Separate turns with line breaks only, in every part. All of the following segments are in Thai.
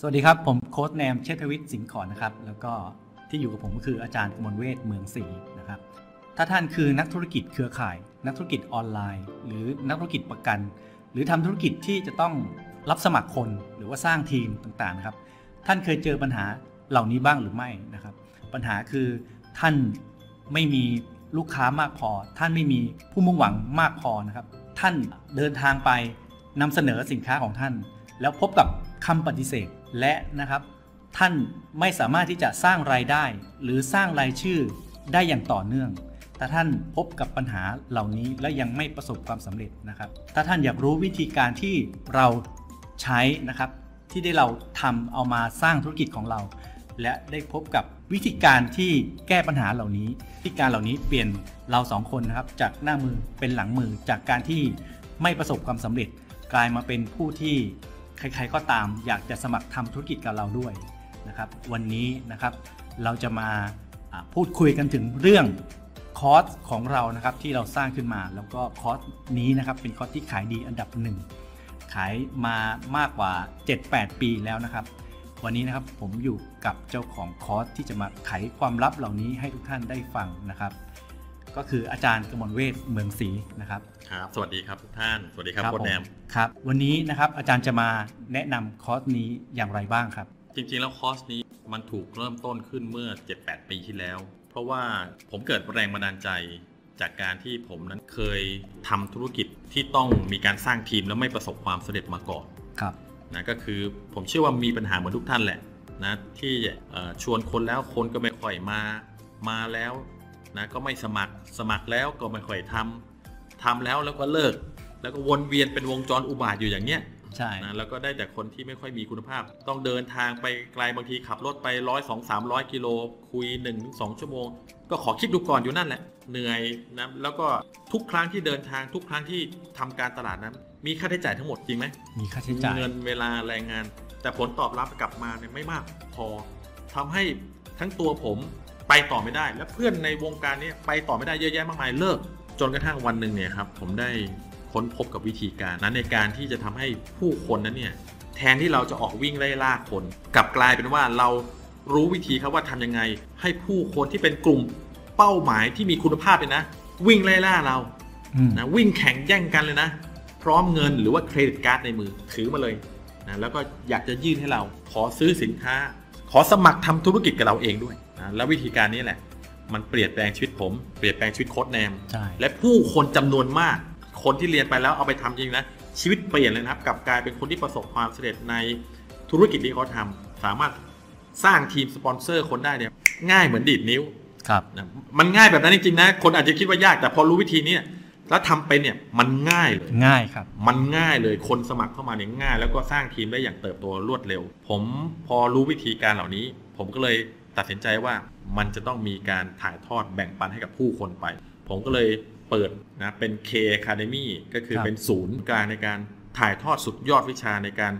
สวัสดีครับ ผมโค้ชแนมเชษฐวิทย์สิงห์ขอนนะครับ แล้วก็ที่อยู่กับผมก็คืออาจารย์กมลเวทเมืองศรีนะครับ ถ้าท่านคือนักธุรกิจเครือข่าย นักธุรกิจออนไลน์ หรือนักธุรกิจประกัน หรือทำธุรกิจที่จะต้องรับสมัครคนหรือว่าสร้างทีมต่างๆนะครับ ท่านเคยเจอปัญหาเหล่านี้บ้างหรือไม่นะครับ ปัญหาคือท่านไม่มีลูกค้ามากพอ ท่านไม่มีผู้มุ่งหวังมากพอนะครับ ท่านเดินทางไปนำเสนอสินค้าของท่าน แล้วพบกับคำปฏิเสธและนะครับ ท่านไม่สามารถที่จะสร้างรายได้ หรือสร้างรายชื่อได้อย่างต่อเนื่อง ถ้าท่านพบกับปัญหาเหล่านี้และยังไม่ประสบความสำเร็จนะครับ ถ้าท่านอยากรู้วิธีการที่เราใช้นะครับ ที่ได้เราทำเอามาสร้างธุรกิจของเรา และได้พบกับวิธีการที่แก้ปัญหาเหล่านี้วิธีการเหล่านี้เปลี่ยนเราสองคนนะครับ จากหน้ามือเป็นหลังมือจากการที่ไม่ประสบความสำเร็จ กลายมาเป็นผู้ที่ใครๆก็ตามอยากจะสมัครทำธุรกิจกับเราด้วย นะครับวันนี้นะครับเราจะมาอ่าพูดคุยกันถึงเรื่องคอร์สของเรานะครับที่เราสร้างขึ้นมา แล้วก็คอร์สนี้นะครับเป็นคอร์สที่ขายดีอันดับหนึ่งขายมามากกว่า 7-8 ปีแล้วนะครับ วันนี้นะครับผมอยู่กับเจ้าของคอร์สที่จะมาไขความลับเหล่านี้ให้ทุกท่านได้ฟังนะครับ ก็คืออาจารย์กมลเวทเมืองศรีนะครับ
ครับ สวัสดีครับทุกท่าน สวัสดีครับ
ครับ
โค้ชแนม
ผม ครับ วันนี้นะครับอาจารย์จะมาแนะนำคอร์สนี้อย่างไรบ้างครับ
จริงๆ แล้วคอร์สนี้มันถูกเริ่มต้นขึ้นเมื่อ 7-8 ปีที่แล้ว เพราะว่าผมเกิดแรงบันดาลใจ จากการที่ผมนั้นเคยทำธุรกิจที่ต้องมีการสร้างทีมแล้วไม่ประสบความสำเร็จมาก่อน
ครับ
นะก็คือผมเชื่อว่ามีปัญหาเหมือนทุกท่านแหละนะที่เอ่อชวนคนแล้วคนก็ไม่ค่อยมามาแล้วนะก็ไม่สมัครสมัครแล้วก็ไม่ค่อยทำทำแล้วแล้วก็เลิก แล้วก็วนเวียนเป็นวงจรอุบาทอยู่อย่างเนี้ย
ใช่
นะแล้วก็ได้แต่คนที่ไม่ค่อยมีคุณภาพ ต้องเดินทางไปไกลบางทีขับรถไปร้อยสองสามร้อยกิโลคุย1นถึงสชั่วโมง ก็ขอคิดดูก่อนอยู่นั่นแหละ เหนื่อยนะแล้วก็ทุกครั้งที่เดินทางทุกครั้งที่ทำการตลาดนั้น มีค่าใช้จ่ายทั้งหมดจริงไหม
มีค่าใช้จ่าย
เงินเวลาแรงงาน แต่ผลตอบรับกลับมาเนี่ยไม่มากพอทำให้ทั้งตัวผมไปต่อไม่ได้ และเพื่อนในวงการเนี้ไปต่อไม่ได้เยอะแยะมากมายเลิก จนกระทั่งวันหนึ่งเนี่ยครับผมได้ค้นพบกับวิธีการนั้นในการที่จะทำให้ผู้คนนั้นเนี่ย แทนที่เราจะออกวิ่งไล่ล่าคนกลับกลายเป็นว่าเรารู้วิธีครับว่าทำยังไง ให้ผู้คนที่เป็นกลุ่มเป้าหมายที่มีคุณภาพเลยนะ วิ่งไล่ล่าเรา
อืม
นะวิ่งแข่งแย่งกันเลยนะ พร้อมเงินหรือว่าเครดิตการ์ดในมือถือมาเลยนะแล้วก็อยากจะยื่นให้เราขอซื้อสินค้า ขอสมัครทำธุรกิจกับเราเองด้วยนะแล้ววิธีการนี้แหละ มันเปลี่ยนแปลงชีวิตผมเปลี่ยนแปลงชีวิตโค้ดแนม
ใช่
และผู้คนจำนวนมาก คนที่เรียนไปแล้วเอาไปทำจริงนะ ชีวิตเปลี่ยนเลยนะครับกลับกลายเป็นคนที่ประสบความสำเร็จในธุรกิจที่เขาทำสามารถสร้างทีมสปอนเซอร์คนได้เนี่ยง่ายเหมือนดีดนิ้ว
ครับ
นะมันง่ายแบบนั้นจริงๆนะ คนอาจจะคิดว่ายากแต่พอรู้วิธีเนี้แล้วทำเป็นเนี่ยมันง่ายเลย
ง่ายครับ
มันง่ายเลยคนสมัครเข้ามาเนี่ยง่าย แล้วก็สร้างทีมได้อย่างเติบโตรวดเร็ว ผมพอรู้วิธีการเหล่านี้ ผมก็เลยตัดสินใจว่ามันจะต้องมีการถ่ายทอดแบ่งปันให้กับผู้คนไป ผมก็เลยเปิดนะเป็น K Academy ก็คือ
ครับ
เป็นศูนย์กลางในการถ่ายทอดสุดยอดวิชาในการ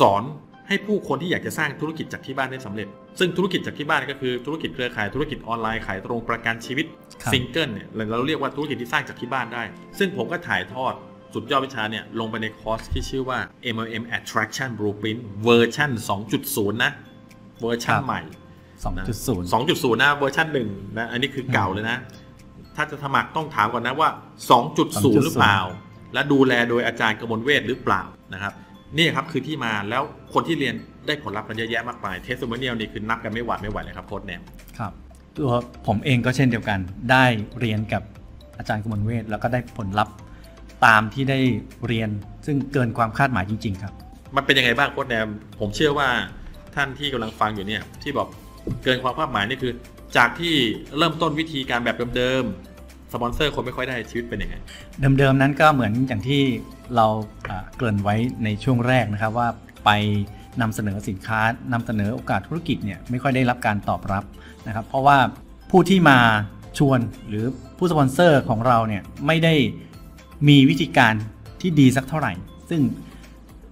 สอนให้ผู้คนที่อยากจะสร้างธุรกิจจากที่บ้านได้สำเร็จ ซึ่งธุรกิจจากที่บ้านก็คือธุรกิจเครือข่ายธุรกิจออนไลน์ขายตรงประกันชีวิต
ครับ
ซิงเกิลเนี่ยเราเรียกว่าธุรกิจที่สร้างจากที่บ้านได้ ซึ่งผมก็ถ่ายทอดสุดยอดวิชาเนี่ยลงไปในคอร์สที่ชื่อว่า MLM Attraction Blueprint เวอร์ชัน2.0 นะเวอร์ชั
ครั
น
บ
ใหม่ะ
2.0
2.0 นะเวอร์ชัน1นะอันนี้คือเก่าเลยนะ ถ้าจะสมัครต้องถามก่อนนะว่า 2.0 หรือเปล่า และดูแลโดยอาจารย์กมลเวทหรือเปล่านะครับนี่ครับคือที่มาแล้วคนที่เรียนได้ผลลัพธ์กันเยอะแยะมากมายเทสโมเนียลนี่คือนับกันไม่หวาดไม่ไหวเลยครับโค้ดแนม
ครับ ตัวผมเองก็เช่นเดียวกัน ได้เรียนกับอาจารย์กมลเวทแล้วก็ได้ผลลัพธ์ตามที่ได้เรียนซึ่งเกินความคาดหมายจริง ๆ ครับ
มันเป็นยังไงบ้างโค้ชแนมผมเชื่อว่าท่านที่กำลังฟังอยู่เนี่ยที่บอกเกินความคาดหมายนี่คือ จากที่เริ่มต้นวิธีการแบบเดิมๆสปอนเซอร์คนไม่ค่อยได้ชีวิตเป็นยังไง
เดิมๆนั้นก็เหมือนอย่างที่เราอ่าเกริ่นไว้ในช่วงแรกนะครับว่าไปนำเสนอสินค้านำเสนอโอกาสธุรกิจเนี่ยไม่ค่อยได้รับการตอบรับนะครับ เพราะว่าผู้ที่มาชวนหรือผู้สปอนเซอร์ของเราเนี่ยไม่ได้มีวิธีการที่ดีสักเท่าไหร่ ซึ่ง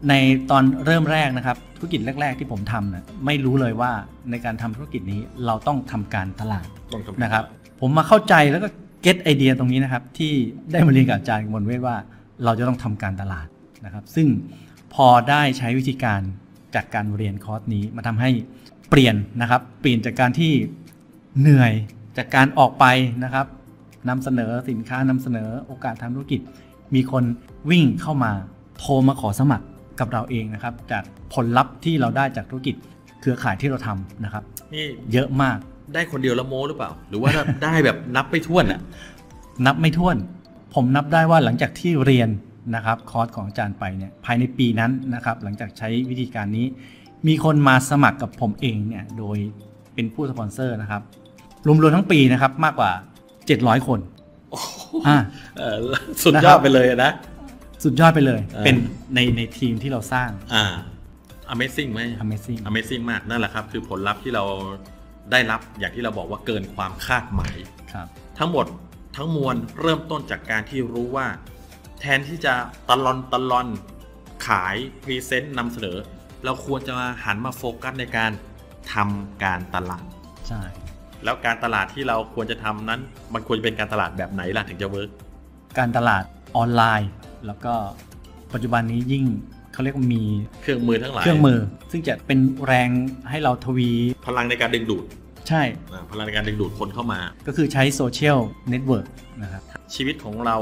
ในตอนเริ่มแรกนะครับธุรกิจแรก ๆ ที่ผมทำนะไม่รู้เลยว่าในการทำธุรกิจนี้เราต้องทำการตลาด
ต้องทำ
นะครับผมมาเข้าใจแล้วก็เก็ตไอเดียตรงนี้นะครับ ที่ได้มาเรียนกับอาจารย์กมลเวทว่าเราจะต้องทำการตลาดนะครับ ซึ่งพอได้ใช้วิธีการ จากการเรียนคอร์สนี้มาทำให้เปลี่ยนนะครับ เปลี่ยนจากการที่เหนื่อยจากการออกไปนะครับนำเสนอสินค้านำเสนอโอกาสทางธุรกิจ มีคนวิ่งเข้ามาโทรมาขอสมัครกับเราเองนะครับ จากผลลัพธ์ที่เราได้จากธุรกิจเครือข่ายที่เราทำนะครับ
นี่
เยอะมาก
ได้คนเดียวและโม้หรือเปล่า หรือว่า ได้แบบนับไปทั่วนอ่ะ
นับไม่ถ้วน ผมนับได้ว่าหลังจากที่เรียนนะครับคอร์สของอาจารย์ไปเนี่ยภายในปีนั้นนะครับ หลังจากใช้วิธีการนี้ มีคนมาสมัครกับผมเองเนี่ยโดยเป็นผู้สปอนเซอร์นะครับรวมๆทั้งปีนะครับมากกว่า 700 คนอ่า
เออสุดยอดไปเลยอะนะ
สุดยอดไปเลย
อ่า
เป็นในในทีมที่เราสร้าง
อ่า Amazing ไหม
Amazing
Amazing มากนั่นแหละครับ คือผลลัพธ์ที่เราได้รับอย่างที่เราบอกว่าเกินความคาดหมาย
ครับ
ทั้งหมดทั้งมวลเริ่มต้นจากการที่รู้ว่า แทนที่จะตะลอนตะลอนขายพรีเซนต์นำเสนอ เราควรจะมาหันมาโฟกัสในการทำการตลาด
ใช่
แล้วการตลาดที่เราควรจะทำนั้น มันควรจะเป็นการตลาดแบบไหนล่ะถึงจะเวิร์ก
การตลาดออนไลน์ แล้วก็ปัจจุบันนี้ยิ่งเขาเรียกว่ามี
เครื่องมือทั้งหลาย
เครื่องมือ ซึ่งจะเป็นแรงให้เราทวี
พลังในการดึงดูด
ใช่
อ่าพลังในการดึงดูดคนเข้ามา
ก็คือใช้โซเชียลเน็ตเวิร์กนะครับ
ชีวิตของเรา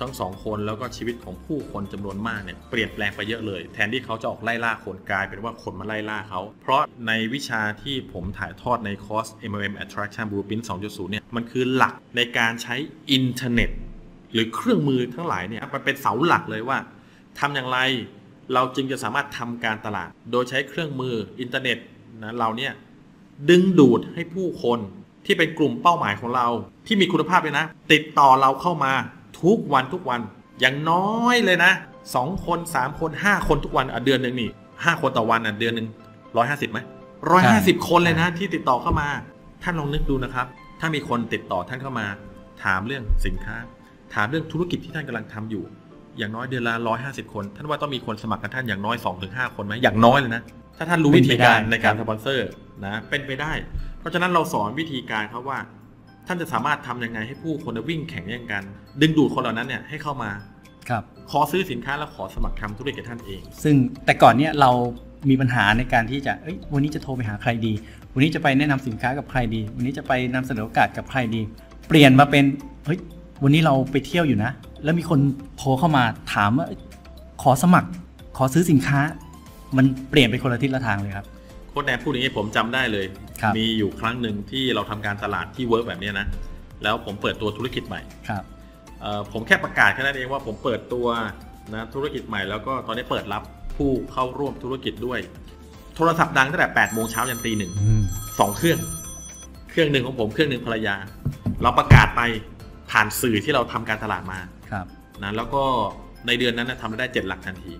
ทั้งสองคนแล้วก็ชีวิตของผู้คนจำนวนมากเนี่ยเปลี่ยนแปลงไปเยอะเลย แทนที่เขาจะออกไล่ล่าคนกลายเป็นว่าคนมาไล่ล่าเขา เพราะในวิชาที่ผมถ่ายทอดในคอร์ส MLM Attraction Blueprint 2.0 เนี่ยมันคือหลักในการใช้อินเทอร์เน็ต หรือเครื่องมือทั้งหลายเนี่ยมันเป็นเสาหลักเลยว่าทำอย่างไรเราจึงจะสามารถทำการตลาด โดยใช้เครื่องมืออินเทอร์เน็ตนะเราเนี่ย ดึงดูดให้ผู้คนที่เป็นกลุ่มเป้าหมายของเรา ที่มีคุณภาพเลยนะ ติดต่อเราเข้ามาทุกวันทุกวัน อย่างน้อยเลยนะ 2 คน 3 คน 5 คนทุกวันอ่ะเดือนหนึ่งนี่5คนต่อวันอ่ะเดือนหนึ่ง150ไหม150 คนเลยนะ ที่ติดต่อเข้ามา ท่านลองนึกดูนะครับ ถ้ามีคนติดต่อท่านเข้ามา ถามเรื่องสินค้า ถามเรื่องธุรกิจที่ท่านกำลังทำอยู่ อย่างน้อยเดือนละ150 คน ท่านว่าต้องมีคนสมัครกับท่านอย่างน้อย 2-5 คนไหมอย่างน้อยเลยนะ ถ้าท่านรู้วิธีการในการสปอนเซอร์นะเป็นไปได้ เพราะฉะนั้นเราสอนวิธีการครับว่า ท่านจะสามารถทำยังไงให้ผู้คนวิ่งแข่งแย่งกัน ดึงดูดคนเหล่านั้นเนี่ยให้เข้ามา
ครับ
ขอซื้อสินค้าแล้วขอสมัครทำธุรกิจกับท่านเอง
ซึ่งแต่ก่อนเนี่ยเรามีปัญหาในการที่จะเอ้ยวันนี้จะโทรไปหาใครดี วันนี้จะไปแนะนำสินค้ากับใครดี วันนี้จะไปนำเสนอโอกาสกับใครดี เปลี่ยนมาเป็นเฮ้ยวันนี้เราไปเที่ยวอยู่นะ แล้วมีคนโทรเข้ามาถามว่าเอ้ยขอสมัคร ขอซื้อสินค้า มันเปลี่ยนไปคนละทิศละทางเลยครับ
โค้ดแนนพูดอย่างนี้ผมจำได้เลย
ครับ
มีอยู่ครั้งหนึ่งที่เราทำการตลาดที่เวิร์กแบบเนี้ยนะ แล้วผมเปิดตัวธุรกิจใหม่
ครับ
เอ่อผมแค่ประกาศแค่นั้นเองว่าผมเปิดตัวนะธุรกิจใหม่แล้วก็ตอนนี้เปิดรับผู้เข้าร่วมธุรกิจด้วย โทรศัพท์ดังตั้งแต่8โมงเช้ายันตีหนึ่ง
อืม
สองเครื่อง เครื่องหนึ่งของผมเครื่องหนึ่งภรรยา เราประกาศไปผ่านสื่อที่เราทำการตลาดมา
ครับ
นะแล้วก็ในเดือนนั้นนะทำรายได้เจ็ดหลักทันที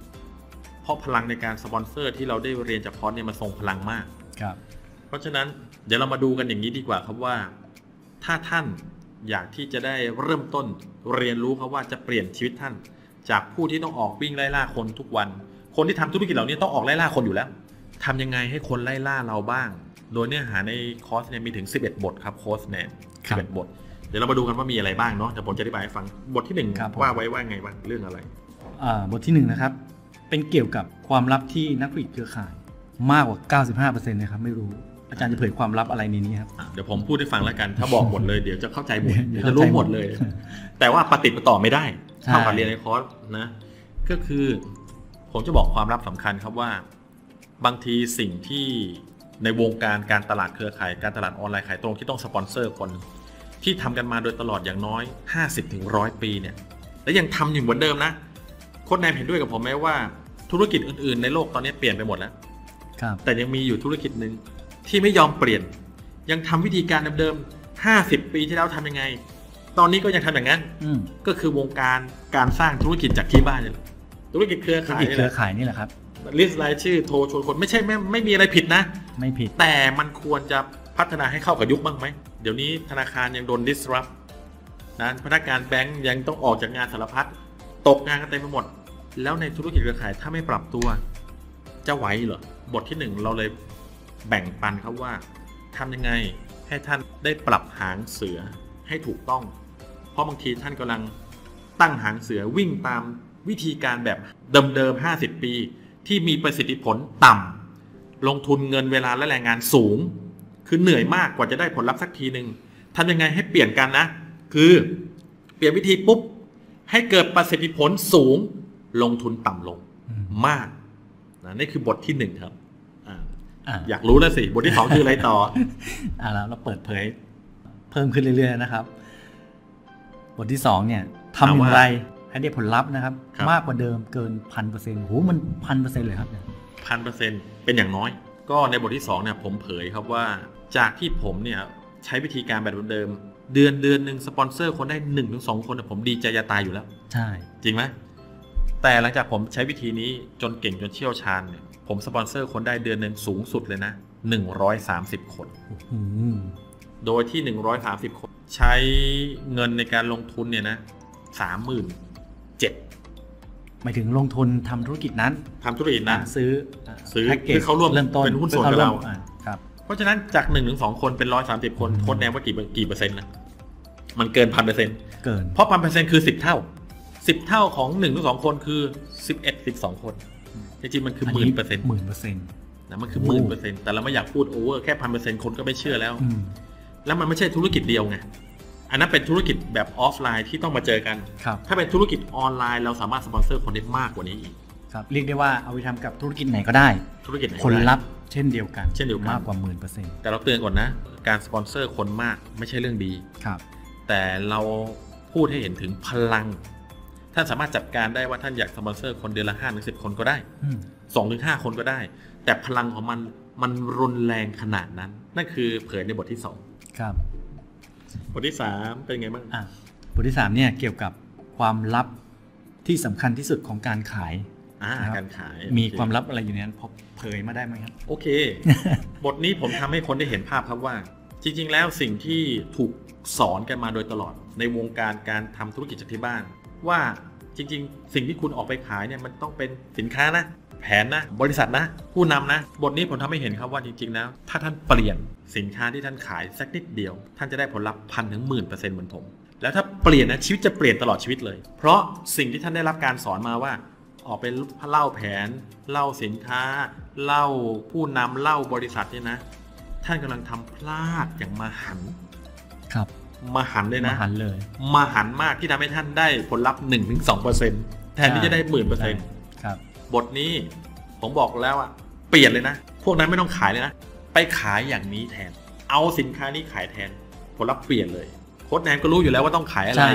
เพราะพลังในการสปอนเซอร์ที่เราได้เรียนจากคอร์สเนี่ยมันส่งพลังมาก
ครับ
เพราะฉะนั้นเดี๋ยวเรามาดูกันอย่างนี้ดีกว่าครับว่า ถ้าท่านอยากที่จะได้เริ่มต้นเรียนรู้ครับว่าจะเปลี่ยนชีวิตท่าน จากผู้ที่ต้องออกวิ่งไล่ล่าคนทุกวัน คนที่ทำธุรกิจเหล่านี้ต้องออกไล่ล่าคนอยู่แล้วทำยังไงให้คนไล่ล่าเราบ้าง โดยเนื้อหาในคอร์สเนี่ยมีถึง 11 บทครับโค้ชแนน
ค
สิ
รับบ
เอ็ดบท เดี๋ยวเรามาดูกันว่ามีอะไรบ้างเนาะแต่ผมจะอธิบายให้ฟังบทที่หนึ่ง
ครับผม
ว่าไว้ว่าไงบ้างเรื่องอะไร
อ่าบทที่หนึ่งนะครับ เป็นเกี่ยวกับความลับที่นักธุรกิจเครือข่าย มากกว่า 95%นะครับ ไม่รู้ อาจารย์จะเผยความลับอะไรในนี้ครับ
อ่ะเดี๋ยวผมพูดให้ฟังแล้วกัน ถ้าบอกหมดเลยเดี๋ยวจะเข้าใจหมด
เดี๋ย
เดี๋ยว วจะรู้หมดเลย แต่ว่าปฏิดปะต่อไม่ได้
ใช่
เท่ากับเรียนในคอร์สนะ ก็คือผมจะบอกความลับสำคัญครับว่า บางทีสิ่งที่ในวงการการตลาดเครือข่าย การตลาดออนไลน์ขายตรงที่ต้องสปอนเซอร์คน ที่ทำกันมาโดยตลอดอย่างน้อย 50-100ถึง100ปีเนี่ย และยังทำอยู่เหมือนเดิมนะโค้ดแนมเห็นด้วยกับผมไหมว่าธุรกิจอื่นๆ ในโลกตอนนี้เปลี่ยนไปหมดแล้ว
ครับ
แต่ยังมีอยู่ธุรกิจหนึ่งที่ไม่ยอมเปลี่ยน ยังทำวิธีการเดิมๆ 50 ปีที่แล้วทำยังไง ตอนนี้ก็ยังทำอย่างนั้น
อืม
ก็คือวงการการสร้างธุรกิจจากที่บ้านเนี่ยธุรกิจเครือ
ธุร
ข่าย
กิจเค
นี่แห
รือ
ละ
ข่ายนี่แหละครับ
ลิสต์รายชื่อโทรชวนคนไม่ใช่ไม่ไม่มีอะไรผิดนะ
ไม่ผิด
แต่มันควรจะพัฒนาให้เข้ากับยุคบ้างไหม เดี๋ยวนี้ธนาคารยังโดน disrupt นะพนักงานแบงก์ยังต้องออกจากงานสารพัดตกงานกันเต็มไปหมด แล้วในธุรกิจเครือข่ายถ้าไม่ปรับตัวจะไหวเหรอ บทที่หนึ่งเราเลยแบ่งปันครับว่าทำยังไงให้ท่านได้ปรับหางเสือให้ถูกต้อง เพราะบางทีท่านกำลังตั้งหางเสือวิ่งตามวิธีการแบบเดิมๆ50 ปี ที่มีประสิทธิผลต่ำ ลงทุนเงินเวลาและแรงงานสูง คือเหนื่อยมากกว่าจะได้ผลลัพธ์สักทีหนึ่งทำยังไงให้เปลี่ยนกันนะ คือเปลี่ยนวิธีปุ๊บ ให้เกิดประสิทธิผลสูง ลงทุนต่ำลง
อืม
มากนะนี่คือบทที่หนึ่งครับอา
อ่ะ
อยากรู้แล้วสิ บทที่สองคืออะไรต่อ
อ่าแล้วเราเปิดเผย เพิ่มขึ้นเรื่อยๆนะครับ บทที่สองเนี่ยทำอย่างไรให้ได้ผลลัพธ์นะครับ
ครับ
มากกว่าเดิมเกินพันเปอร์เซ็นต์โหมันพันเปอร์เซ็นต์เลยครับเนี่ย
พันเปอร์เซ็นต์เป็นอย่างน้อย ก็ในบทที่สองเนี่ยผมเผยครับว่าจากที่ผมเนี่ยใช้วิธีการแบบเดิมๆเดือนเดือนหนึ่งสปอนเซอร์คนได้1นถึงสคนเนี่ยผมดีใจจะตายอยู่แล้ว
ใช่
จริงไหมแต่หลังจากผมใช้วิธีนี้จนเก่งจนเชี่ยวชาญเนี่ยผมสปอนเซอร์คนได้เดือนหนึ่งสูงสุดเลยนะ 130 คน
อืม
โดยที่ 130 คน ใช้เงินในการลงทุนเนี่ยนะสามหมื่นเจ็ด
หมายถึงลงทุนทำธุรกิจนั้น
ทำธุรกิจนะ
อ่ะซื้ออ่ะ
ซื้อ
แพ็กเกจ
คือเขาร่วม
เริ่มต้น
เป็นหุ้นส่วน
พื่อ
กับเรา
ขวมอ่ะครับ
เพราะฉะนั้นจาก1นถึงสคนเป็น 130 คนโค้ดแนมว่ากี่เปอร์กี่เปอร์เซ็นต์นะมันเกินพันเปอร์เซ็นต์
เกิน
เพราะพันเปอร์เซ็นต์คือ 10 เท่า 10 เท่าของ1นถึงสคนคือ 11 12 คนจริงๆมันคือหมื่นเปอร์เซ็นต์
หมื่นเปอร์เซ็นต์
นะมันคือ
โอ้
หมื่นเปอร์เซ็นต์แต่เราไม่อยากพูดโอเวอร์แค่พันเปอร์เซ็นต์คนก็ไม่เชื่อแล้ว
อืม
แล้วมันไม่ใช่ธุรกิจเดียวไง อันนั้นเป็นธุรกิจแบบออฟไลน์ที่ต้องมาเจอกัน
ครับ
ถ้าเป็นธุรกิจออนไลน์เราสามารถสปอนเซอร์คนได้มากกว่านี้อีก
ครับเรียกได้ว่าเอาไปทำกับธุรกิจไหนก็ได้
ธุรกิจไหนก็
ผล
ได้
ลัพธ์เช่นเดียวกัน
เช่นเดียวกัน
มากกว่าหมื่นเปอร์เซ็นต์
แต่เราเตือนก่อนนะ การสปอนเซอร์คนมากไม่ใช่เรื่องดี
ครับ
แต่เราพูดให้เห็นถึงพลัง ท่านสามารถจัดการได้ว่าท่านอยากสปอนเซอร์คนเดือนละห้าถึงสิบคนก็ได้
อืม
สองถึงห้าคนก็ได้ แต่พลังของมันมันรุนแรงขนาดนั้น นั่นคือเผยในบทที่สอง
ครับ
บทที่สามเป็นไงบ้าง
อ่ะบทที่สามเนี่ยเกี่ยวกับความลับที่สำคัญที่สุดของการขาย
อ่า
นะครับ
การขาย
มี
โอเ
ความลับอะไรอยู่ในนั้นพอเผยมาได้ไหมครับ
โอ เค บทนี้ผมทำให้คนได้เห็นภาพครับว่า จริง ๆ แล้วสิ่งที่ถูกสอนกันมาโดยตลอด ในวงการการทำธุรกิจจากที่บ้าน ว่าจริง ๆ สิ่งที่คุณออกไปขายเนี่ยมันต้องเป็นสินค้านะ แผนนะ บริษัทนะ ผู้นำนะ บทนี้ผมทำให้เห็นครับว่าจริงๆแล้วถ้าท่านเปลี่ยนสินค้าที่ท่านขายสักนิดเดียว ท่านจะได้ผลลัพธ์พันถึงหมื่นเปอร์เซ็นต์เหมือนผม แล้วถ้าเปลี่ยนนะชีวิตจะเปลี่ยนตลอดชีวิตเลย เพราะสิ่งที่ท่านได้รับการสอนมาว่า ออกเป็นเล่าแผน เล่าสินค้า เล่าผู้นำเล่าบริษัทเนี่ยนะ ท่านกำลังทำพลาดอย่างมหันต์
ครับ
มหันต์เลย
มา
นะ
หันเลย
มหันต์มากที่ทำให้ท่านได้ผลลัพธ์หนึ่งถึงสองเปอร์เซ็นต์แทนที่จะได้หมื่นเปอร์เซ็นต์
ครับ
บทนี้ผมบอกแล้วอะเปลี่ยนเลยนะ พวกนั้นไม่ต้องขายเลยนะ ไปขายอย่างนี้แทน เอาสินค้านี้ขายแทน ผลลัพธ์เปลี่ยนเลยโค้ดแนนก็รู้อยู่แล้วว่าต้องขายอะไร
ใช่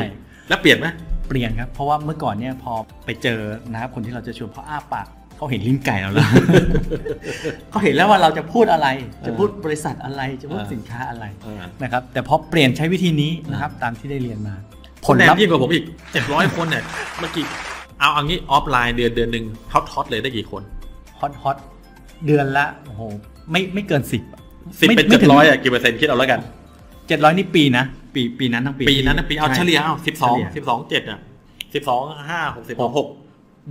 แล้วเปลี่ยนไหม
เปลี่ยนครับ เพราะว่าเมื่อก่อนเนี่ยพอไปเจอนะครับคนที่เราจะชวนเขาอ้าปากเขาเห็นลิ้นไก่เราแล้ว เขาเห็นแล้วว่าเราจะพูดอะไร จะพูดบริษัทอะไรจะพูด
เออ
สินค้าอะไร
อ่า
นะครับ แต่พอเปลี่ยนใช้วิธีนี้นะครับ ตามที่ได้เรียนมา ผ
คน
ล
แน
ลั
ม
พธ์
ยิ่งกว่าผมอีกเจ็ดร้อยคนเนี่ยเมื่อกี้เอาเอางี้ออฟไลน์เดือนเดือนหนึ่งท็อปทอเลยได้กี่คน
ฮอตฮอตเดือนละโอ้โหไม่ไม่เกินสิบ
สิบเป็นเจ็ดร้อยอ่ะกี่เปอร์เซ็นต์คิดเอาแล้วกัน
เจ็ดร้อยนี่ปีนะปีปีนั้นทั้งปี
ปีนั้นนะปีเอา
ใ
เฉลี่ยเอาสิบสอง
เฉลี่ย
สิบสองเจ็ดอ่ะสิบสองห้าหกสิบหก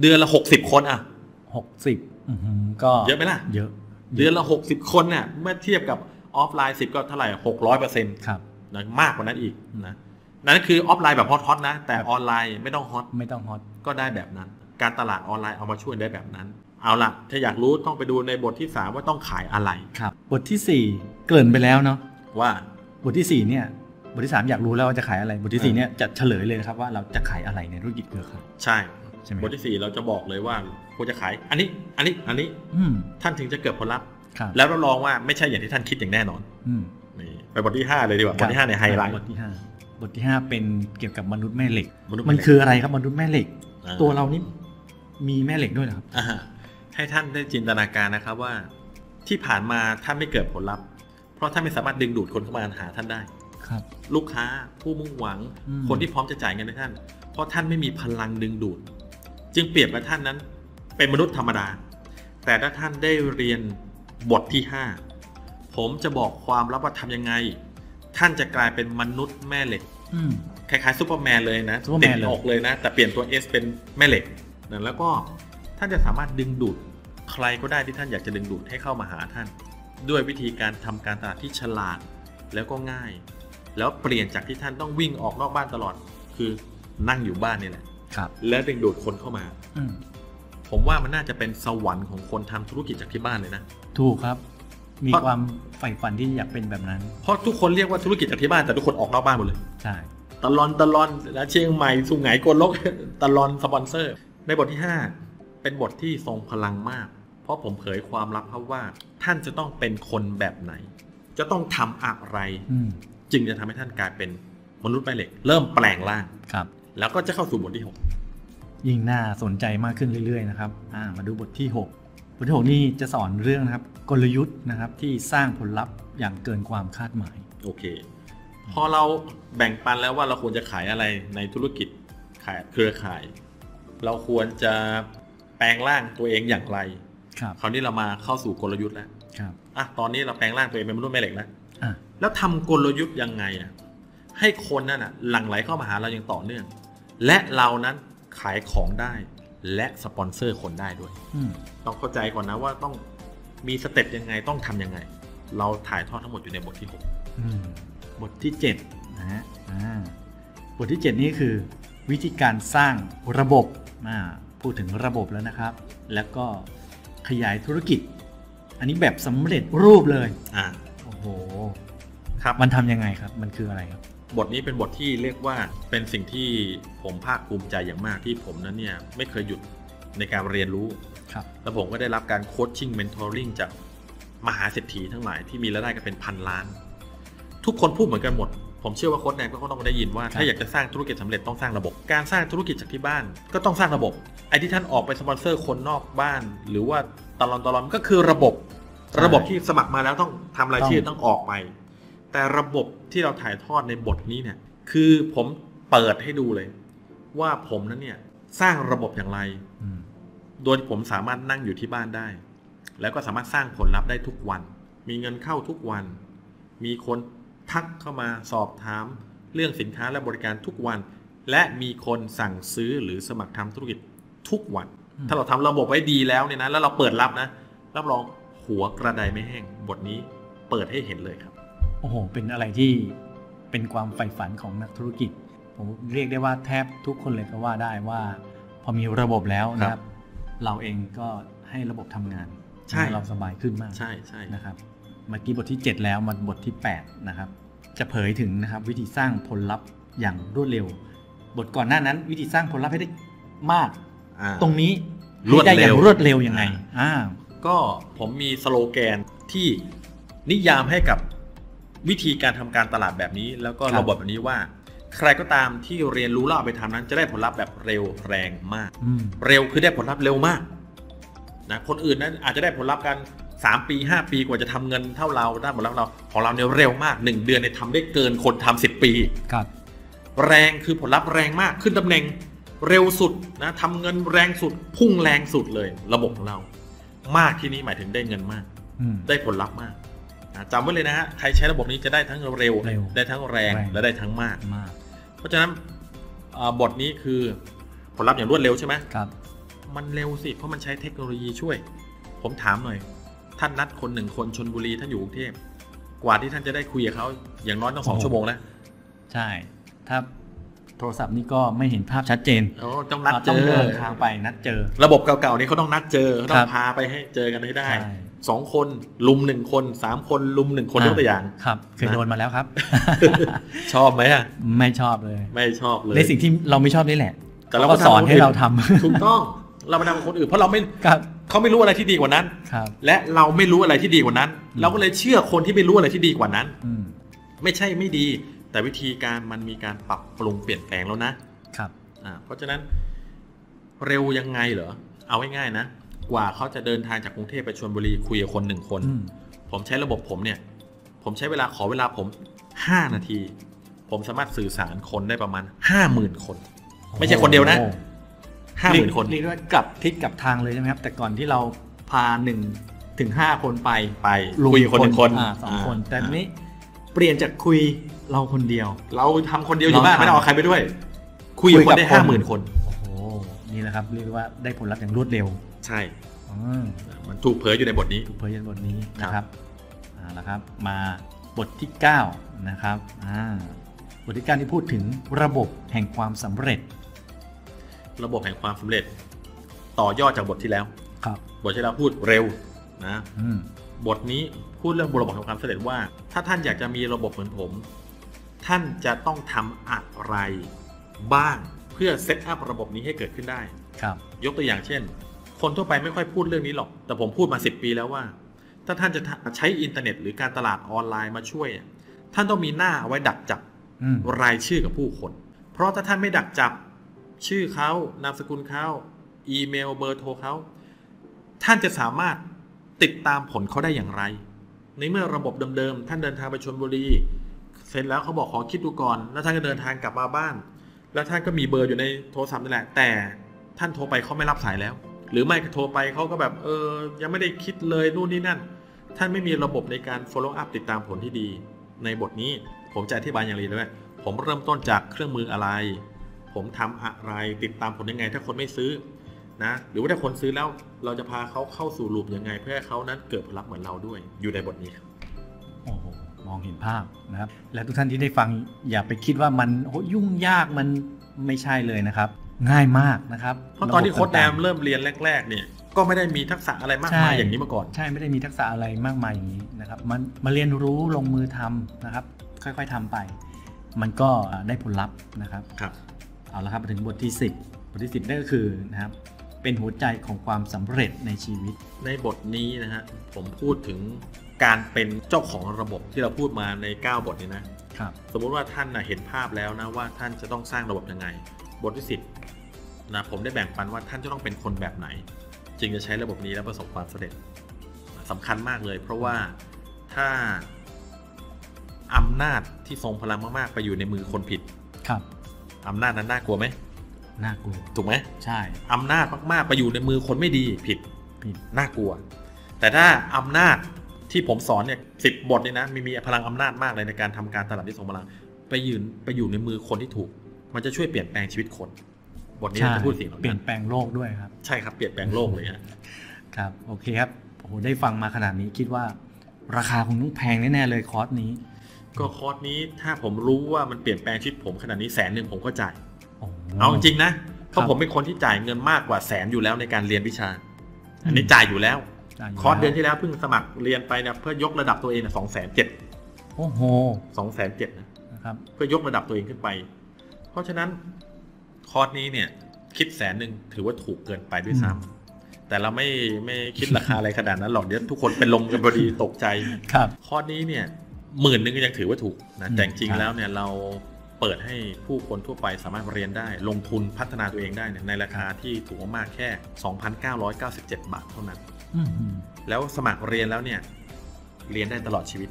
เดือนละหกสิบคนอ่ะ
หกสิบอื้อหือก็
เยอะไหมล่ะ
เยอะ
เดือนละหกสิบคนเนี่ยเมื่อเทียบกับออฟไลน์สิบก็เท่าไหร่หกร้อยเปอร์เซ็นต์
ครับ
นะมากกว่านั้นอีกนะนั่นคือออฟไลน์แบบฮอตฮอตนะ แต่ออนไลน์ไม่ต้องฮอต
ไม่ต้องฮอต
ก็ได้แบบนั้น การตลาดออนไลน์เอามาช่วยได้แบบนั้น เอาล่ะ ถ้าอยากรู้ต้องไปดูในบทที่สามว่าต้องขายอะไร
ครับ บทที่สี่เกริ่นไปแล้วเนาะ
ว่า
บทที่สี่เนี่ย บทที่สามอยากรู้แล้วว่าจะขายอะไร บทที่สี่
อ่า
เนี่ยจะเฉลยเลยนะครับว่าเราจะขายอะไรในธุรกิจเครือข่าย
ใช่
ใช่ไหม
บทที่สี่เราจะบอกเลยว่าควรจะขาย อันนี้อันนี้อันนี้
อืม
ท่านถึงจะเกิดผลลัพธ์
ครับ
แล้วรับรองว่าไม่ใช่อย่างที่ท่านคิดอย่างแน่นอน
อืม
นี่ไปบทที่ห้าเลยดีกว่าบทที่ห้าในยไฮไลท์
บทที่ห้าบทที่ห้าเป็นเกี่ยวกับมนุษย์แม่เหล็ก
ษย์
มันคืออะไรครับมนุษย์แม่เหล็ก
อ่
ตัวเรานี่มีแม่เหล็กด้วยเหรอครับ
อ่าฮะให้ท่านได้จินตนาการนะครับว่า ที่ผ่านมาท่านไม่เกิดผลลัพธ์ เพราะท่านไม่สามารถดึงดูดคนเข้ามาหาท่านได้
ครับ
ลูกค้าผู้มุ่งหวัง
อืม
คนที่พร้อมจะจ่ายเงินให้ท่าน เพราะท่านไม่มีพลังดึงดูด จึงเปรียบกับท่านนั้น เป็นมนุษย์ธรรมดา แต่ถ้าท่านได้เรียนบทที่ 5 ผมจะบอกความลับว่าทำยังไง ท่านจะกลายเป็นมนุษย์แม่เหล็ก
อืม
คล้ายๆซูเปอร์แมนเลยนะ
ซูเปอร์แม
ติด
นเลย
อกเลยนะ แต่เปลี่ยนตัว S เป็นแม่เหล็กนะแล้วก็ท่านจะสามารถดึงดูดใครก็ได้ที่ท่านอยากจะดึงดูดให้เข้ามาหาท่าน ด้วยวิธีการทำการตลาดที่ฉลาดแล้วก็ง่าย แล้วเปลี่ยนจากที่ท่านต้องวิ่งออกนอกบ้านตลอด คือนั่งอยู่บ้านนี่แหละ
ครับ
และดึงดูดคนเข้ามา
อืม
ผมว่ามันน่าจะเป็นสวรรค์ของคนทำธุรกิจจากที่บ้านเลยนะ
ถูกครับ มี
เพราะ
ความใฝ่ฝันที่อยากเป็นแบบนั้น
เพราะทุกคนเรียกว่าธุรกิจจากที่บ้านแต่ทุกคนออกนอกบ้านหมดเลย
ใช่
ตลอนตลอนแล้วเชียงใหม่สุงไหงโกลก ตลอนสปอนเซอร์ ในบทที่ 5 เป็นบทที่ทรงพลังมาก เพราะผมเผยความลับครับว่า ท่านจะต้องเป็นคนแบบไหน จะต้องทำอะไร
อืม
จึงจะทำให้ท่านกลายเป็นมนุษย์ใบเหล็ก เริ่มแปลงร่าง
ครับ
แล้วก็จะเข้าสู่บทที่
ยิ่งน่าสนใจมากขึ้นเรื่อยๆนะครับอ่ามาดูบทที่ 6 บทที่ 6 นี่จะสอนเรื่องนะครับ กลยุทธ์นะครับที่สร้างผลลัพธ์อย่างเกินความคาดหมาย
6 โอเค พอเราแบ่งปันแล้วว่าเราควรจะขายอะไรในธุรกิจขายเครือข่าย เราควรจะแปลงร่างตัวเองอย่างไร
ครับ
คราวนี้เรามาเข้าสู่กลยุทธ์แล้ว
ครับ
อ่ะตอนนี้เราแปลงร่างตัวเองเป็นมนุษย์แม่เหล็กแล้ว
อ่ะ
แล้วทำกลยุทธ์ยังไงอ่ะให้คนนั่นอ่ะหลั่งไหลเข้ามาหาเราอย่างต่อเนื่อง และเรานั้นขายของได้ และสปอนเซอร์คนได้ด้วย
อืม
ต้องเข้าใจก่อนนะว่าต้องมีสเต็ปยังไงต้องทำยังไง เราถ่ายทอดทั้งหมดอยู่ในบทที่
อืมบทที่ 7 นะฮะอ่าบทที่ 7 นี่คือ วิธีการสร้างระบบอ่าพูดถึงระบบแล้วนะครับ แล้วก็ขยายธุรกิจ อันนี้แบบสำเร็จรูปเลย
6 อ่า
โอ้โห
ครับ
มันทำยังไงครับ มันคืออะไรครับ
บทนี้เป็นบทที่เรียกว่าเป็นสิ่งที่ผมภาคภูมิใจอย่างมากที่ผมนั้นเนี่ยไม่เคยหยุดในการเรียนรู้
ครับ
แล้วผมก็ได้รับการโค้ชชิ่งเมนทอริงจากมหาเศรษฐีทั้งหลายที่มีรายได้กันเป็นพันล้าน ทุกคนพูดเหมือนกันหมด ผมเชื่อว่าโค้ชแนนก็คงต้องได้ยินว่า ถ้าอยากจะสร้างธุรกิจสำเร็จต้องสร้างระบบ การสร้างธุรกิจจากที่บ้าน ก็ต้องสร้างระบบ ไอ้ที่ท่านออกไปสปอนเซอร์คนนอกบ้าน หรือว่าตลอนตลอนก็คือระบบ
ใช่
ระบบที่สมัครมาแล้วต้องทำรายชื่อ
ต้อง
ต้องออกไป แต่ระบบที่เราถ่ายทอดในบทนี้เนี่ย คือผมเปิดให้ดูเลย ว่าผมนั้นเนี่ยสร้างระบบอย่างไร
อืม
โดยผมสามารถนั่งอยู่ที่บ้านได้ แล้วก็สามารถสร้างผลลัพธ์ได้ทุกวัน มีเงินเข้าทุกวัน มีคนทักเข้ามาสอบถาม เรื่องสินค้าและบริการทุกวัน และมีคนสั่งซื้อหรือสมัครทำธุรกิจทุกวัน
อืม
ถ้าเราทำระบบไว้ดีแล้วเนี่ยนะแล้วเราเปิดรับนะรับรองหัวกระไดไม่แห้ง บทนี้เปิดให้เห็นเลยครับ
โอ้โห เป็นอะไรที่เป็นความใฝ่ฝันของนักธุรกิจ ผมเรียกได้ว่าแทบทุกคนเลยก็ว่าได้ว่า พอมีระบบแล้วนะค
ครั
รับ
บ
เราเองก็ให้ระบบทำงาน
ใช่
ห้เราสบายขึ้นมาก
ใช่ใช่
นะครับ เมื่อกี้บทที่ 7 แล้วมาบทที่ 8 นะครับ จะเผยถึงนะครับวิธีสร้างผลลัพธ์อย่างรวดเร็ว บทก่อนหน้านั้น วิธีสร้างผลลัพธ์ให้ได้มาก
อ่า
ตรงนี้
รวดเร็ว
ให้ไอย่างรวดเร็วยังไงอ่า
ก็ผมมีสโลแกนที่นิยามให้กับวิธีการทำการตลาดแบบนี้ แล้วก็ระบบแบบนี้ว่า ใครก็ตามที่เรียนรู้แล้วเอาไปทำนั้นจะได้ผลลัพธ์แบบเร็วแรงมาก
อืม
เร็วคือได้ผลลัพธ์เร็วมากนะคนอื่นนั้นอาจจะได้ผลลัพธ์กัน 3 ปี 5 ปีกว่าจะทำเงินเท่าเราได้ผลลัพธ์เราของเราเนี่ยเร็วมาก 1 เดือนเนี่ยทำได้เกินคนทำ10 ปี
ครับ
แรงคือผลลัพธ์แรงมากขึ้นตำแหน่งเร็วสุดนะทำเงินแรงสุด พุ่งแรงสุดเลย ระบบของเรา มากที่นี่หมายถึงได้เงินมาก
อืม
ได้ผลลัพธ์มากนะจำไว้เลยนะฮะใครใช้ระบบนี้จะได้ทั้งเร็ว
เร็ว
ได้ทั้งแรง
แรง
และได้ทั้งมาก
มาก
เพราะฉะนั้นเอ่อบทนี้คือผลลัพธ์อย่างรวดเร็วใช่ไหม
ครับ
มันเร็วสิเพราะมันใช้เทคโนโลยีช่วย ผมถามหน่อย ท่านนัดคนหนึ่งคนชนบุรีท่านอยู่กรุงเทพกว่าที่ท่านจะได้คุยกับเขาอย่างน้อยต้องสอง
โอ้โห
ชั่วโมงนะ
ใช่ ถ้าโทรศัพท์นี่ก็ไม่เห็นภาพชัดเจน
โอ้ต้องนัดเจ
ต้อง
อ
เดินทางไปนัดเจอ
ระบบเก่าๆนี่เขาต้องนัดเจอเขาต้อ
ครั
ง
บ
พาไปให้เจอกันให้ได้
ใช่
สองคนลุมหนึ่งคนสามคนลุมหนึ่งคนยกตัวอย่าง
ครับ เคย
นะ
โดนมาแล้วครับ
ชอบไหมอะ
ไม่ชอบเลย
ไม่ชอบเลย
ในสิ่งที่เราไม่ชอบนี่แหละ
แต่เราก็
ก็สอน
ทำ
ให้เราทำ
ถูกต้องเราไปทำกับคนอื่นเพราะเราไม่
ครับ
เขาไม่รู้อะไรที่ดีกว่านั้น
ครับ
และเราไม่รู้อะไรที่ดีกว่านั้น เราก็เลยเชื่อคนที่ไม่รู้อะไรที่ดีกว่านั้น
อืม
ไม่ใช่ไม่ดี แต่วิธีการมันมีการปรับปรุงเปลี่ยนแปลงแล้วนะครับ อ่าเพราะฉะนั้นเร็วยังไงเหรอเอาง่ายๆนะ กว่าเขาจะเดินทางจากกรุงเทพไปชลบุรีคุยกับคนหนึ่งคน
อืม
ผมใช้ระบบผมเนี่ย ผมใช้เวลาขอเวลาผม 5 นาที ผมสามารถสื่อสารคนได้ประมาณ 50,000 คน ไม่ใช่คนเดียวนะ
โอ้โ
ห้าหมื่นคน
เรียกได้ว่ากลับทิศกลับทางเลยใช่ไหมครับ แต่ก่อนที่เราพาหนึ่งถึงห้าคนไป
ไปคุยกับคนหนึ่งคน
อ่าสองคน แต่
า
นี้เปลี่ยนจากคุยเราคนเดียว
เราทำคนเดียวอยู่บ้าน
เราทำ
ไม่ต้องเอาใครไปด้วย คุยกับ
คุย
ค
กับ
นได้
คน
ห้าหมื่นคน
โอ้โหนี่แหละครับเรียกว่าได้ผลลัพธ์อย่างรวดเร็ว
ใช่
อืม
มันถูกเผยอยู่ในบทนี้
ถูกเผยยันบทนี้นะค
ครั
รับบ เอาละครับ มาบทที่ 9 นะครับอ่าบทที่ 9 ที่พูดถึงระบบแห่งความสำเร็จ
ระบบแห่งความสำเร็จ ต่อยอดจากบทที่แล้ว
ครับ
บทที่แล้วพูดเร็วนะ
อืม
บทนี้พูดเรื่องบุระบบแห่งความสำเร็จว่า ถ้าท่านอยากจะมีระบบเหมือนผม ท่านจะต้องทำอะไร บ้างเพื่อเซตอัพระบบนี้ให้เกิดขึ้นได้
ครับ
ยกตัวอย่างเช่น คนทั่วไปไม่ค่อยพูดเรื่องนี้หรอก แต่ผมพูดมา 10 ปีแล้วว่า ถ้าท่านจะใช้อินเทอร์เน็ต หรือการตลาดออนไลน์มาช่วยอะท่านต้องมีหน้าเอาไว้ดักจับ
อืม
รายชื่อกับผู้คน เพราะถ้าท่านไม่ดักจับ ชื่อเขานามสกุลเขาอีเมลเบอร์โทรเขาท่านจะสามารถติดตามผลเขาได้อย่างไร ในเมื่อระบบเดิมๆท่านเดินทางไปชลบุรี เสร็จแล้วเขาบอกขอคิดดูก่อน แล้วท่านก็เดินทางกลับมาบ้าน แล้วท่านก็มีเบอร์อยู่ในโทรศัพท์นั่นแหละ แต่ท่านโทรไปเขาไม่รับสายแล้ว หรือไม่ก็โทรไปเขาก็แบบเออ ยังไม่ได้คิดเลยนู่นนี่นั่น ท่านไม่มีระบบในการ follow up ติดตามผลที่ดี ในบทนี้ผมจะอธิบายอย่างไรเลยว่าผมเริ่มต้นจากเครื่องมืออะไร ผมทำอะไรติดตามผลยังไง ถ้าคนไม่ซื้อนะหรือว่าถ้าคนซื้อแล้วเราจะพาเขาเข้าสู่ลูปยังไง เพื่อให้เขานั้นเกิดผลลัพธ์เหมือนเราด้วย อยู่ในบทนี้ครับ
โอ้โหมองเห็นภาพนะครับ และทุกท่านที่ได้ฟังอย่าไปคิดว่ามันโอ้โหยุ่งยากมันไม่ใช่เลยนะครับ ง่ายมากนะครับ
เพราะตอนที่โค้ดแดมเริ่มเรียนแรก ๆ เนี่ย ก็ไม่ได้มีทักษะอะไรมากมาย
ใช่
อย่างนี้มาก่อน
ใช่ไม่ได้มีทักษะอะไรมากมายอย่างนี้นะครับมันมาเรียนรู้ลงมือทำนะครับ ค่อยๆทำไป มันก็ได้ผลลัพธ์นะครับ
ครับ
เอาละครับมาถึงบทที่ 10 บทที่ 10นั่นก็คือนะครับเป็นหัวใจของความสำเร็จในชีวิต
ในบทนี้นะฮะ ผมพูดถึงการเป็นเจ้าของระบบที่เราพูดมาใน 9 บทนี้นะ
ครับ
สมมุติว่าท่านนะเห็นภาพแล้วนะว่าท่านจะต้องสร้างระบบยังไง บทที่10นะผมได้แบ่งปันว่าท่านจะต้องเป็นคนแบบไหน จึงจะใช้ระบบนี้แล้วประสบความสำเร็จสำคัญมากเลย เพราะว่าถ้าอำนาจที่ทรงพลังมากๆ ไปอยู่ในมือคนผิด
ครับ
อำนาจนั้นน่ากลัวไหม
น่ากลัว
ถูกไหม
ใช่
อำนาจมาก ๆ ไปอยู่ในมือคนไม่ดีผิด
ผิด
น่ากลัว แต่ถ้าอำนาจที่ผมสอนเนี่ยสิบบทเนี่ยนะมีมีพลังอำนาจมากเลยในการทำการตลาดที่ทรงพลังไปยืนไปอยู่ในมือคนที่ถูก มันจะช่วยเปลี่ยนแปลงชีวิตคน บทนี้เราจะพูดสิ่งเหล่า
เปลี่
นั้
ยน
น
แปลงโลกด้วยครับ
ใช่ครับเปลี่ยนแปลงโลกเลยฮะ
ครับ โอเคครับโอ้โหได้ฟังมาขนาดนี้คิดว่า ราคาคงต้องแพงแน่ๆเลยคอร์สนี้
ก็คอร์สนี้ถ้าผมรู้ว่ามันเปลี่ยนแปลงชีวิตผมขนาดนี้แสนหนึ่งผมก็จ่าย
โโห
เอาจริงๆนะเพราะ
ครับ
ผมเป็นคนที่จ่ายเงินมากกว่าแสนอยู่แล้วในการเรียนวิชา อันนี้จ่ายอยู่แล้ว
จ่ายยู่
คอร์สเดือนที่แล้วเพิ่งสมัครเรียนไปนะเพื่อยกระดับตัวเองสองแสนเจ็ด
โอ้โห
สองแสนเจ็ดนะ
นะครับ
เพื่อยกระดับตัวเองขึ้นไป เพราะฉะนั้นคอร์สนี้เนี่ย คิดแสนหนึ่งถือว่าถูกเกินไปด้วยซ้ำแต่เราไม่ไม่คิดราคาอะไรขนาดนั้นหรอกเดี๋ยวทุกคนเป็นลมกันพอดี ตกใจ
ครับ
คอร์สนี้เนี่ยหมื่นหนึ่งก็ยังถือว่าถูกนะ
อืม
แต่จริง
ครับ
ๆแล้วเนี่ยเราเปิดให้ผู้คนทั่วไปสามารถเรียนได้ ลงทุนพัฒนาตัวเองได้เนี่ยในราคาที่ถูกมากๆแค่ 2,997 บาทเท่านั้น
อื้อหือ
แล้วสมัครเรียนแล้วเนี่ยเรียนได้ตลอดชีวิต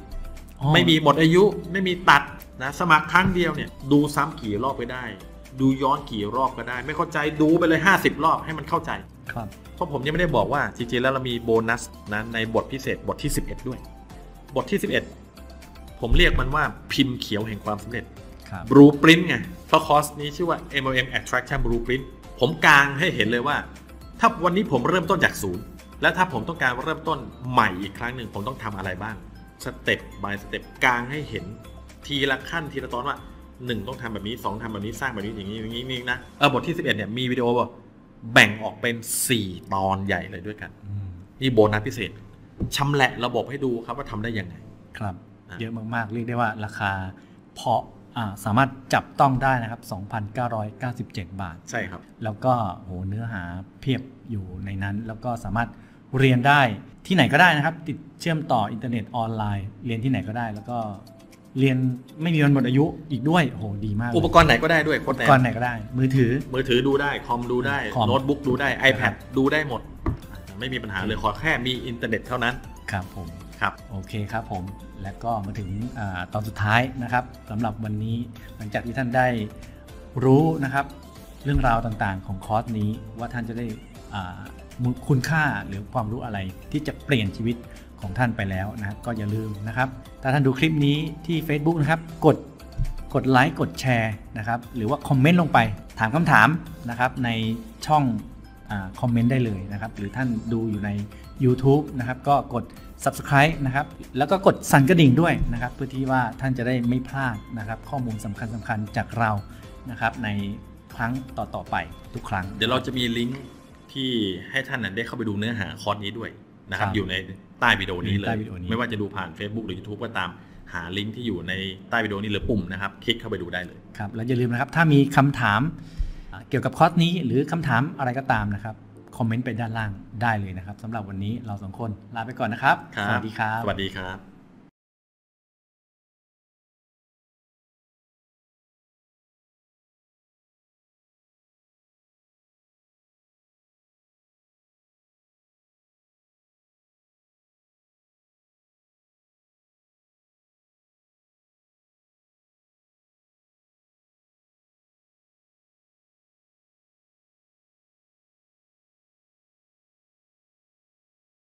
อ๋อ
ไม่มีหมดอายุไม่มีตัดนะสมัครครั้งเดียวเนี่ย ดูซ้ำกี่รอบก็ได้ ดูย้อนกี่รอบก็ได้ ไม่เข้าใจดูไปเลย 50 รอบให้มันเข้าใจ
ครับ
เพราะผมยังไม่ได้บอกว่าจริงๆแล้วเรามีโบนัสนะในบทพิเศษบทที่ 11 ด้วย บทที่ 11 ผมเรียกมันว่าพิมพ์เขียวแห่งความสำเร็จ
ครับ
Blueprint ไงเพราะคอร์สนี้ชื่อว่า MLM Attraction Blueprint ผมกางให้เห็นเลยว่า ถ้าวันนี้ผมเริ่มต้นจากศูนย์ และถ้าผมต้องการเริ่มต้นใหม่อีกครั้งหนึ่งผมต้องทำอะไรบ้าง สเต็ป by สเต็ปกางให้เห็น ทีละขั้นทีละตอนว่า 1 ต้องทำแบบนี้ 2ทำแบบนี้สร้างแบบนี้อย่างนี้อย่างนี้นี่นะเออบทที่ 11เนี่ยมีวิดีโอแบ่งออกเป็น 4 ตอนใหญ่เลยด้วยกัน
อืม
นี่โบนัสพิเศษชำแหละระบบให้ดูครับว่าทำได้ยังไง
ครับ
อ่ะ
เยอะมากๆ เรียกได้ว่าราคาเพาะอ่าสามารถจับต้องได้นะครับ 2,997 บาท
ใช่ครับ
แล้วก็โหเนื้อหาเพียบอยู่ในนั้น แล้วก็สามารถเรียนได้ที่ไหนก็ได้นะครับ ติดเชื่อมต่ออินเทอร์เน็ตออนไลน์ เรียนที่ไหนก็ได้ แล้วก็เรียนไม่มีวันหมดอายุอีกด้วยโหดีมากเลย
อุปกรณ์ไหนก็ได้ด้วยโค้ดแน
ก่อน
น
ไหนก็ได้ มือถือ
มือถือดูได้ คอมดูได้
คอม
โน้ตบุ๊กดูได้
ครั
iPad
บ
ดูได้หมด ไม่มีปัญหาเลยขอแค่มีอินเทอร์เน็ตเท่านั้น
ครับผม
ครับ
โอเคครับผม และก็มาถึงอาตอนสุดท้ายนะครับสำหรับวันนี้หลังจากที่ท่านได้รู้นะครับ เรื่องราวต่างๆของคอร์สนี้ว่าท่านจะได้อ่ามูลคุณค่าหรือความรู้อะไรที่จะเปลี่ยนชีวิตของท่านไปแล้วนะครับก็อย่าลืมนะครับ ถ้าท่านดูคลิปนี้ที่ Facebook นะครับกดกดไลค์กดแชร์นะครับหรือว่าคอมเมนต์ลงไปถามคำถามนะครับในช่อง คอมเมนต์ได้เลยนะครับ หรือท่านดูอยู่ใน YouTube นะครับ ก็กด subscribe นะครับ แล้วก็กดสั่นกระดิ่งด้วยนะครับ เพื่อที่ว่าท่านจะได้ไม่พลาดนะครับ ข้อมูลสำคัญสำคัญๆจากเรานะครับ ในครั้งต่อ ๆ ไปทุกครั้ง
เดี๋ยวเราจะมีลิงก์ ที่ให้ท่านนั้นได้เข้าไปดูเนื้อหาคอร์สนี้ด้วยนะครับ
ครับ
อยู่ในใต้วิดีโอนี้เล
ใต้
ย
วิดีโอนี้
ไม่ว่าจะดูผ่าน Facebook หรือ YouTube ก็ตามหาลิงก์ที่อยู่ในใต้วิดีโอนี้หรือปุ่มนะครับ คลิกเข้าไปดูได้เลย
ครับแล้วอย่าลืมนะครับ ถ้ามีคำถามอ่าเกี่ยวกับคอร์สนี้หรือคำถามอะไรก็ตามนะครับ คอมเมนต์ไปด้านล่างได้เลยนะครับสำหรับวันนี้เราสองคนลาไปก่อนนะครับ
ครับ
สวัสดีครับ
สวัสดีครับ